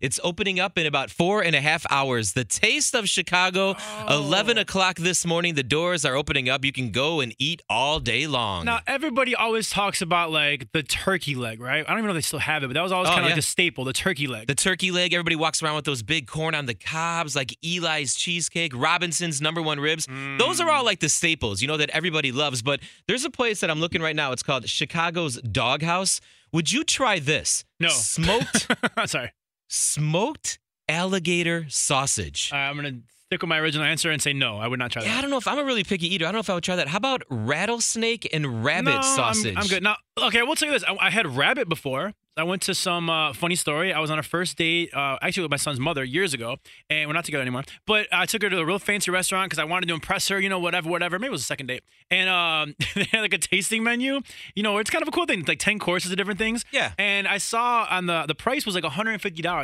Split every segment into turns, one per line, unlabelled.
It's opening up in about four and a half hours. The Taste of Chicago,
Oh.
11 o'clock this morning. The doors are opening up. You can go and eat all day long.
Now everybody always talks about like the turkey leg, right? I don't even know if they still have it, but that was always
Oh,
kind of
yeah.
like the staple, the turkey leg.
the turkey leg, everybody walks around with those big corn on the cobs, like Eli's cheesecake, Robinson's number one ribs. Those are
Mm.
all like the staples, you know, that everybody loves. But there's a place that I'm looking right now. It's called Chicago's Doghouse. Would you try this?
No.
Smoked,
Sorry,
smoked alligator sausage.
Uh, I'm gonna stick with my original answer and say no. I would not try
Yeah, I
that.
don't know if I'm a really picky eater. I don't know if I would try that. How about rattlesnake and rabbit
no, I'm-
sausage?
I'm, good. Now, okay, I will tell you this. I, I had rabbit before. I went to some uh, funny story. I was on a first date, uh, actually with my son's mother years ago, and we're not together anymore. But I took her to a real fancy restaurant because I wanted to impress her, you know, whatever, whatever. Maybe it was a second date, and um, they had like a tasting menu. You know, it's kind of a cool thing. It's like ten courses of different things.
Yeah.
And I saw on the the price was like $150,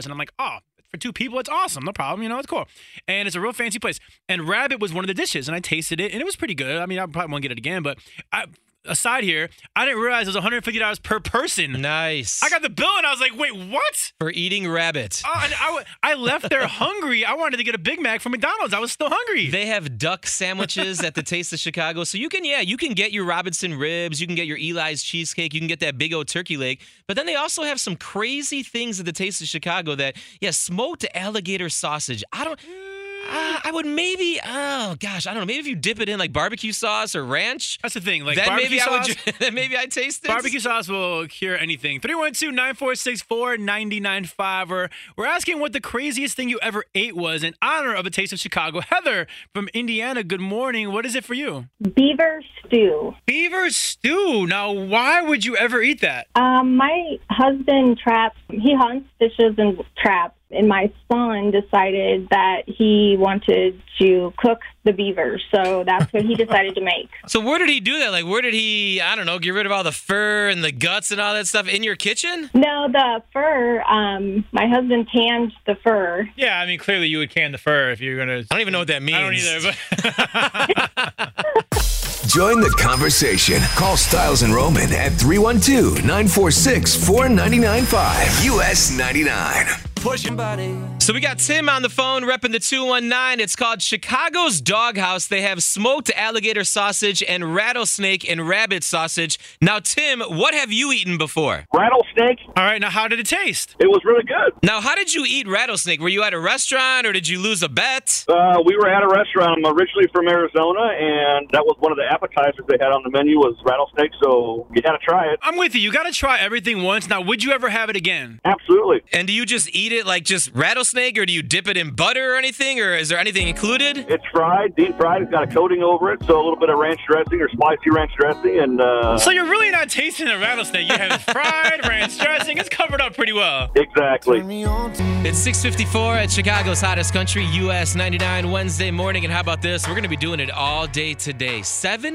and I'm like, oh, for two people, it's awesome. No problem. You know, it's cool. And it's a real fancy place. And rabbit was one of the dishes, and I tasted it, and it was pretty good. I mean, I probably won't get it again, but I. Aside here, I didn't realize it was $150 per person.
Nice.
I got the bill and I was like, wait, what?
for eating rabbit.
Oh, and I, w- I left there hungry. I wanted to get a Big Mac from McDonald's. I was still hungry.
They have duck sandwiches at the Taste of Chicago. So you can, yeah, you can get your Robinson ribs, you can get your Eli's cheesecake, you can get that big old turkey leg. But then they also have some crazy things at the Taste of Chicago that, yeah, smoked alligator sausage. I don't. Uh, I would maybe, oh gosh, I don't know. Maybe if you dip it in like barbecue sauce or ranch,
That's the thing. Like,
then
barbecue
maybe
sauce,
I would. then maybe I taste it.
Barbecue sauce will cure anything. 312 9464 995. Or we're asking what the craziest thing you ever ate was in honor of a taste of Chicago. Heather from Indiana, good morning. What is it for you?
Beaver stew.
Beaver stew. Now, why would you ever eat that?
Um, my husband traps, he hunts, fishes, and traps. And my son decided that he wanted to cook the beaver. So that's what he decided to make.
So where did he do that? Like where did he, I don't know, get rid of all the fur and the guts and all that stuff in your kitchen?
No, the fur, um, my husband tanned the fur.
Yeah, I mean, clearly you would can the fur if you're going
I don't even know what that means.
Join the conversation. Call Styles and Roman at 312 946 4995. US 99.
So we got Tim on the phone repping the 219. It's called Chicago's Doghouse. They have smoked alligator sausage and rattlesnake and rabbit sausage. Now, Tim, what have you eaten before?
rattlesnake.
All right, now how did it taste?
It was really good.
Now, how did you eat rattlesnake? Were you at a restaurant or did you lose a bet?
Uh, we were at a restaurant. I'm originally from Arizona, and that was one of the appetizers they had on the menu was rattlesnake. So you got to try it.
I'm with you. You got to try everything once. Now, would you ever have it again?
Absolutely.
And do you just eat it like just rattlesnake or do you dip it in butter or anything or is there anything included?
It's fried, deep fried. It's got a coating over it, so a little bit of ranch dressing or spicy ranch dressing, and uh,
So you're really not tasting the rattlesnake. You have it fried, ranch dressing. It's covered up pretty well.
exactly.
It's 654 at Chicago's hottest country, US 99, Wednesday morning. And how about this? We're going to be doing it all day today.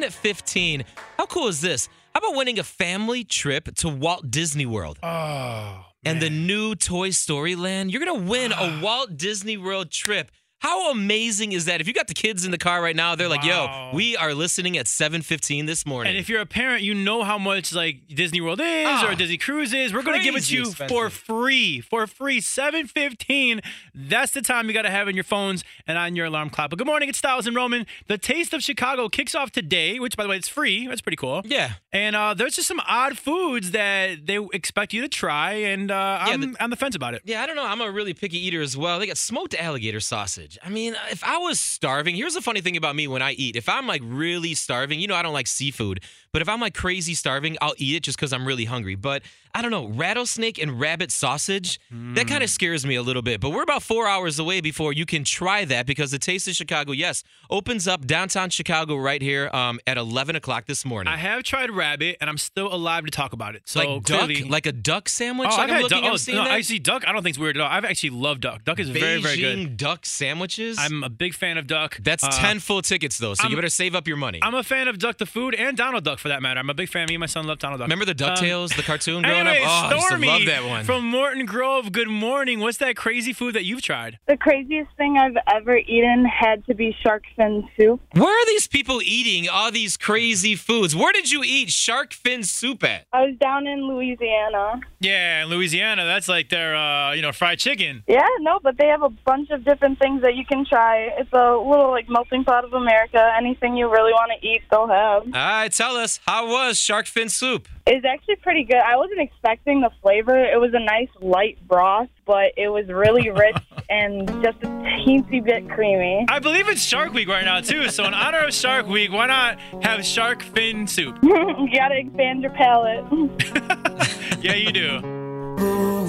715. How cool is this? How about winning a family trip to Walt Disney World
Oh. Ah.
and the new Toy Story Land? You're going to win a Walt Disney World trip. How amazing is that? If you got the kids in the car right now, they're like,
Wow.
yo, we are listening at 715 this morning.
And if you're a parent, you know how much like Disney World is
Ah,
or Disney Cruise is. We're going to give it
crazy
to you for
expensive.
free, for free. Seven fifteen. That's the time you got to have in your phones and on your alarm clock. But good morning, it's Styles and Roman. The Taste of Chicago kicks off today, which by the way, it's free. That's pretty cool.
yeah.
And uh, there's just some odd foods that they expect you to try, and uh,
Yeah,
I'm on the fence about it.
Yeah, I don't know. I'm a really picky eater as well. They got smoked alligator sausage. sausage. I mean, if I was starving, here's the funny thing about me when I eat. If I'm like really starving, you know, I don't like seafood, but if I'm like crazy starving, I'll eat it just because I'm really hungry. But I don't know, rattlesnake and rabbit sausage, that
Mm.
kind of scares me a little bit. But we're about four hours away before you can try that because the Taste of Chicago, yes, opens up downtown Chicago right here um, at 11 o'clock this morning.
I have tried rabbit, and I'm still alive to talk about it. So
like duck,
clearly,
like a duck sandwich.
oh,
like I'm
I've had
looking,
duck.
I'm
Oh,
seeing
no,
that.
I see duck. I don't think it's weird at all. I've actually loved duck. Duck is
Beijing
very, very good.
duck sandwiches.
I'm a big fan of duck.
That's
Uh,
10 full tickets, though, so you
I'm-
better save up your money.
I'm a fan of Duck the Food and Donald Duck for that matter. I'm a big fan. Me and my son love Donald Duck.
Remember the
Um,
DuckTales, the cartoon growing
Anyway,
up? Oh,
Stormy
I used to love that one.
from Morton Grove. Good morning. What's that crazy food that you've tried?
The craziest thing I've ever eaten had to be shark fin soup.
Where are these people eating all these crazy foods? Where did you eat shark fin soup at?
I was down in Louisiana.
Yeah, in Louisiana, that's like their uh, you know fried chicken.
Yeah, no, but they have a bunch of different things that you can try. It's a little like melting pot of America. Anything you really want to eat, they'll have.
All right, Uh, tell us, how was shark fin soup?
It's actually pretty good. I wasn't expecting the flavor. It was a nice light broth, but it was really rich and just a teensy bit creamy.
I believe it's Shark Week right now too. So in honor of Shark Week, why not have shark fin soup?
you gotta expand your palate.
Yeah, you do.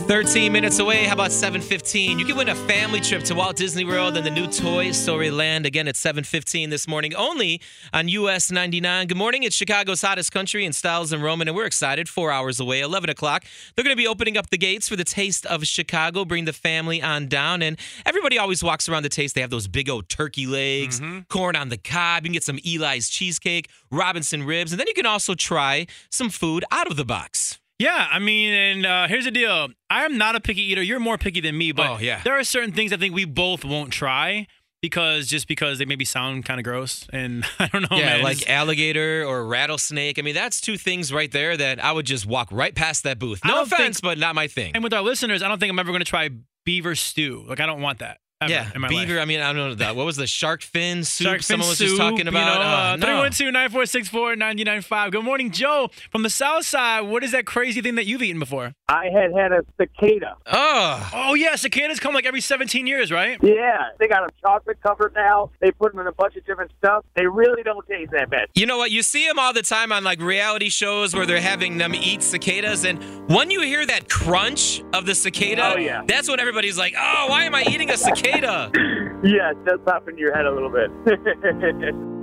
13 minutes away, how about 7.15? You can win a family trip to Walt Disney World and the new Toy Story Land again at 7.15 this morning, only on US 99. Good morning, it's Chicago's hottest country in Styles and Roman, and we're excited, four hours away, 11 o'clock. They're going to be opening up the gates for the Taste of Chicago, bring the family on down, and everybody always walks around the Taste. They have those big old turkey legs, corn on the cob, you can get some Eli's cheesecake, Robinson ribs, and then you can also try some food out of the box.
Yeah, I mean, and uh, here's the deal. I am not a picky eater. You're more picky than me, but
Oh, yeah.
there are certain things I think we both won't try because just because they maybe sound kind of gross, and I don't know.
yeah,
Oh, man.
like
It's-
alligator or rattlesnake. I mean, that's two things right there that I would just walk right past that booth.
I
No
don't think-
offense, but not my thing.
And with our listeners, I don't think I'm ever going to try beaver stew. Like, I don't want that. Ever
yeah,
in my
beaver.
life.
I mean, I don't know that. What was the shark fin soup
Shark fin
someone was
soup,
just talking about?
You know,
Uh, no.
312 9464 995. Good morning, Joe. From the South Side, what is that crazy thing that you've eaten before?
I had had a cicada.
Oh,
Oh, yeah, cicadas come like every 17 years, right?
Yeah, they got them chocolate covered now. They put them in a bunch of different stuff. They really don't taste that bad.
you know what? You see them all the time on like reality shows where they're having them eat cicadas, and when you hear that crunch of the cicada,
Oh, yeah.
that's when everybody's like, "Oh, why am I eating a cicada?"
Yeah, it does pop in your head a little bit.
Mm-hmm.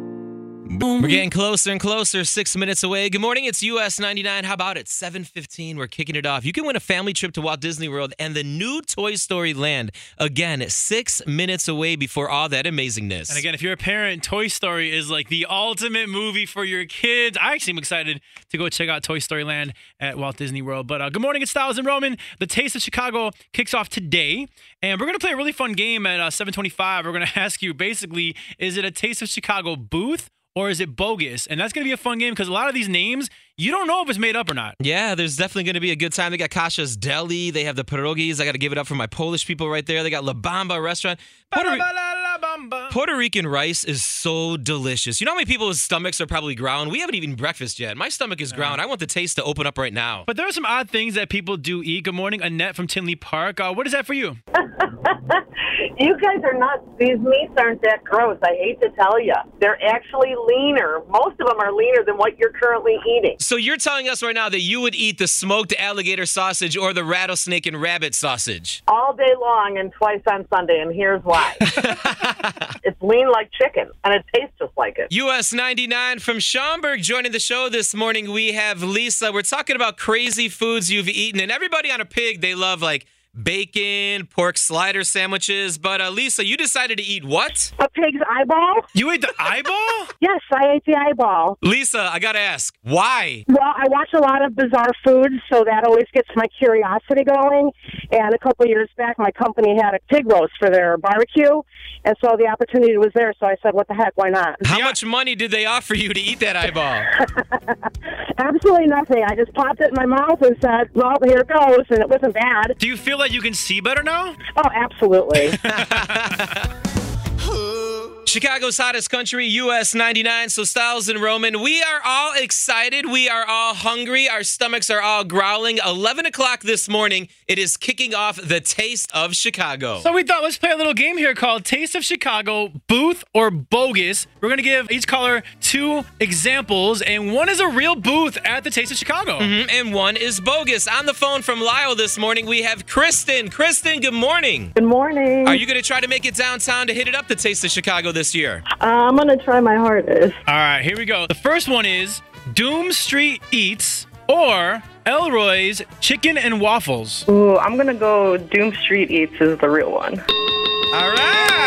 We're getting closer and closer, six minutes away. Good morning, it's US 99. How about it? 7.15, we're kicking it off. You can win a family trip to Walt Disney World and the new Toy Story Land. Again, six minutes away before all that amazingness.
And again, if you're a parent, Toy Story is like the ultimate movie for your kids. I actually am excited to go check out Toy Story Land at Walt Disney World. But uh, good morning, it's Styles and Roman. The Taste of Chicago kicks off today, and we're gonna play a really fun game at uh, 7:25. We're gonna ask you basically, is it a Taste of Chicago booth or is it bogus? And that's gonna be a fun game because a lot of these names you don't know if it's made up or not.
Yeah, there's definitely going to be a good time. They got Kasha's Deli. They have the pierogies. I got to give it up for my Polish people right there. They got La Bamba Restaurant. Puerto, Ri- Puerto Rican rice is so delicious. You know how many people's stomachs are probably growling? We haven't even eaten breakfast yet. My stomach is growling. I want the taste to open up right now.
But there are some odd things that people do eat. Good morning, Annette from Tinley Park. Uh, what is that for you?
you guys are nuts. These meats aren't that gross. I hate to tell you. They're actually leaner. Most of them are leaner than what you're currently eating.
So you're telling us right now that you would eat the smoked alligator sausage or the rattlesnake and rabbit sausage?
All day long and twice on Sunday, and here's why. it's lean like chicken, and it tastes just like it.
US 99 from Schaumburg joining the show this morning. We have Lisa. We're talking about crazy foods you've eaten, and everybody on a pig, they love like bacon, pork slider sandwiches. But uh, Lisa, you decided to eat what?
A pig's eyeball?
You ate the eyeball?
Yes, I ate the eyeball.
Lisa, I gotta ask, why?
Well, I watch a lot of bizarre foods, so that always gets my curiosity going. And a couple of years back, my company had a pig roast for their barbecue, and so the opportunity was there. So I said, "What the heck? Why not?"
How much money did they offer you to eat that eyeball?
Absolutely nothing. I just popped it in my mouth and said, "Well, here it goes," and it wasn't bad.
Do you feel like you can see better now?
Oh, absolutely.
Chicago's hottest country, US 99. So, Styles and Roman, we are all excited. We are all hungry. Our stomachs are all growling. 11 o'clock this morning, it is kicking off the Taste of Chicago.
So we thought let's play a little game here called Taste of Chicago, Booth or Bogus. We're gonna give each caller two examples, and one is a real booth at the Taste of Chicago.
Mhm, and one is bogus. On the phone from Lyle this morning, we have Kristen. Kristen, good morning.
Good morning.
Are you going to try to make it downtown to hit it up the Taste of Chicago this year?
Uh, I'm gonna try my hardest.
All right, here we go. The first one is Doom Street Eats or Elroy's Chicken and Waffles.
Ooh, I'm gonna go Doom Street Eats is the real one.
All right.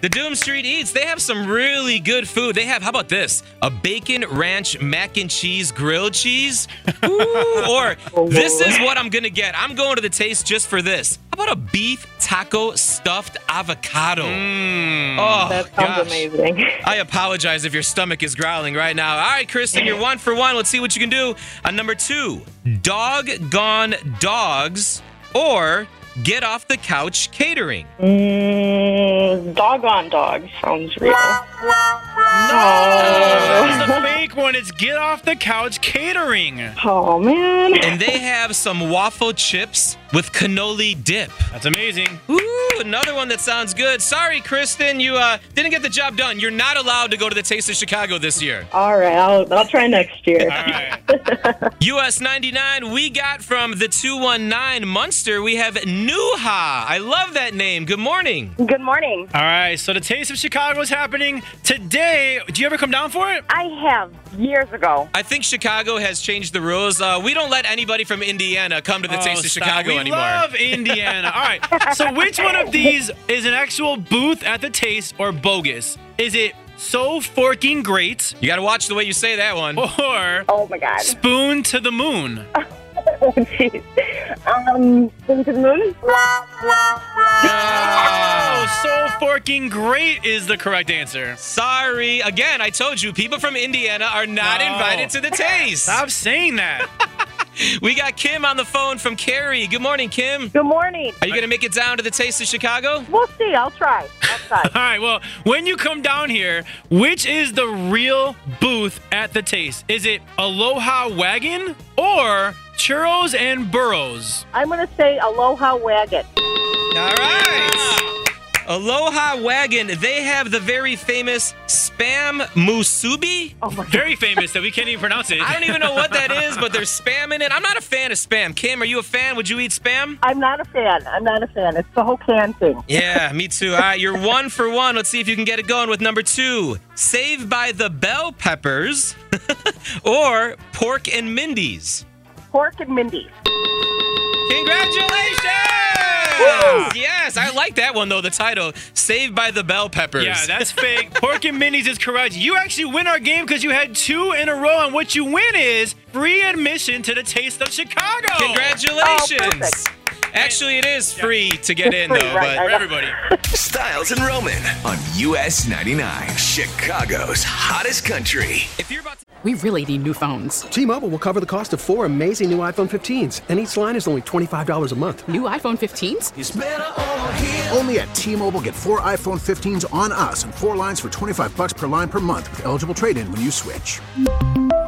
The Doom Street Eats, they have some really good food. They have, how about this? A bacon ranch mac and cheese grilled cheese. Ooh, or this is what I'm going to get. I'm going to the taste just for this. How about a beef taco stuffed avocado?
Mm. Hmm.
oh,
That sounds
gosh.
amazing.
I apologize if your stomach is growling right now. All right, Kristen, you're one for one. Let's see what you can do. On number two, dog gone dogs or get off the couch catering.
Mm, doggone dog sounds real.
That's the fake one. It's Get Off the Couch Catering.
Oh man.
And they have some waffle chips with cannoli dip.
That's amazing.
Ooh, another one that sounds good. Sorry, Kristen, you uh, didn't get the job done. You're not allowed to go to the Taste of Chicago this year.
All right, I'll I'll try next year.
All right.
US 99, we got from the 219 Munster, we have Nuha. I love that name. Good morning.
Good morning.
All right. So the Taste of Chicago is happening today. Do you ever come down for it?
I have years ago.
I think Chicago has changed the rules. Uh, we don't let anybody from Indiana come to the Taste
Oh,
of
stop.
Chicago
we
anymore.
love Indiana. All right. So which one of these is an actual booth at the Taste or bogus? Is it so forking great
you got to watch the way you say that one.
or
Oh my God.
spoon to the moon?
Oh jeez. Um, Spoon to the Moon.
Oh, so forking great is the correct answer.
Sorry. Again, I told you, people from Indiana are not
No.
invited to the Taste.
Stop saying that.
We got Kim on the phone from Cary. Good morning, Kim.
Good morning.
Are you going to make it down to the Taste of Chicago?
We'll see. I'll try. I'll try.
All right. Well, when you come down here, which is the real booth at the Taste? Is it Aloha Wagon or Churros and Burros?
I'm gonna say Aloha Wagon.
All right. Aloha Wagon, they have the very famous Spam Musubi.
Very famous that we can't even pronounce it.
I don't even know what that is, but they're spamming it. I'm not a fan of spam. Kim, are you a fan? Would you eat spam?
I'm not a fan. I'm not a fan. It's the whole can thing.
Yeah, me too. All right, you're one for one. Let's see if you can get it going with number two Save by the Bell Peppers or Pork and Mindy's.
Pork and Mindy.
Congratulations! Yes, I like that one though, the title Saved by the Bell Peppers.
Yeah, that's fake. Pork and Minis is correct. You actually win our game because you had two in a row, and what you win is free admission to the Taste of Chicago.
Oh,
Congratulations!
perfect.
Actually, it is free to get in though,
free, right,
but
I
For everybody.
Styles and Roman on US 99, Chicago's hottest country.
if you're about to.
We really need new phones.
T-Mobile will cover the cost of four amazing new iPhone 15s, and each line is only $25 a month.
New iPhone 15s?
Only at T-Mobile, get four iPhone 15s on us and four lines for 25 bucks per line per month with eligible trade-in when you switch.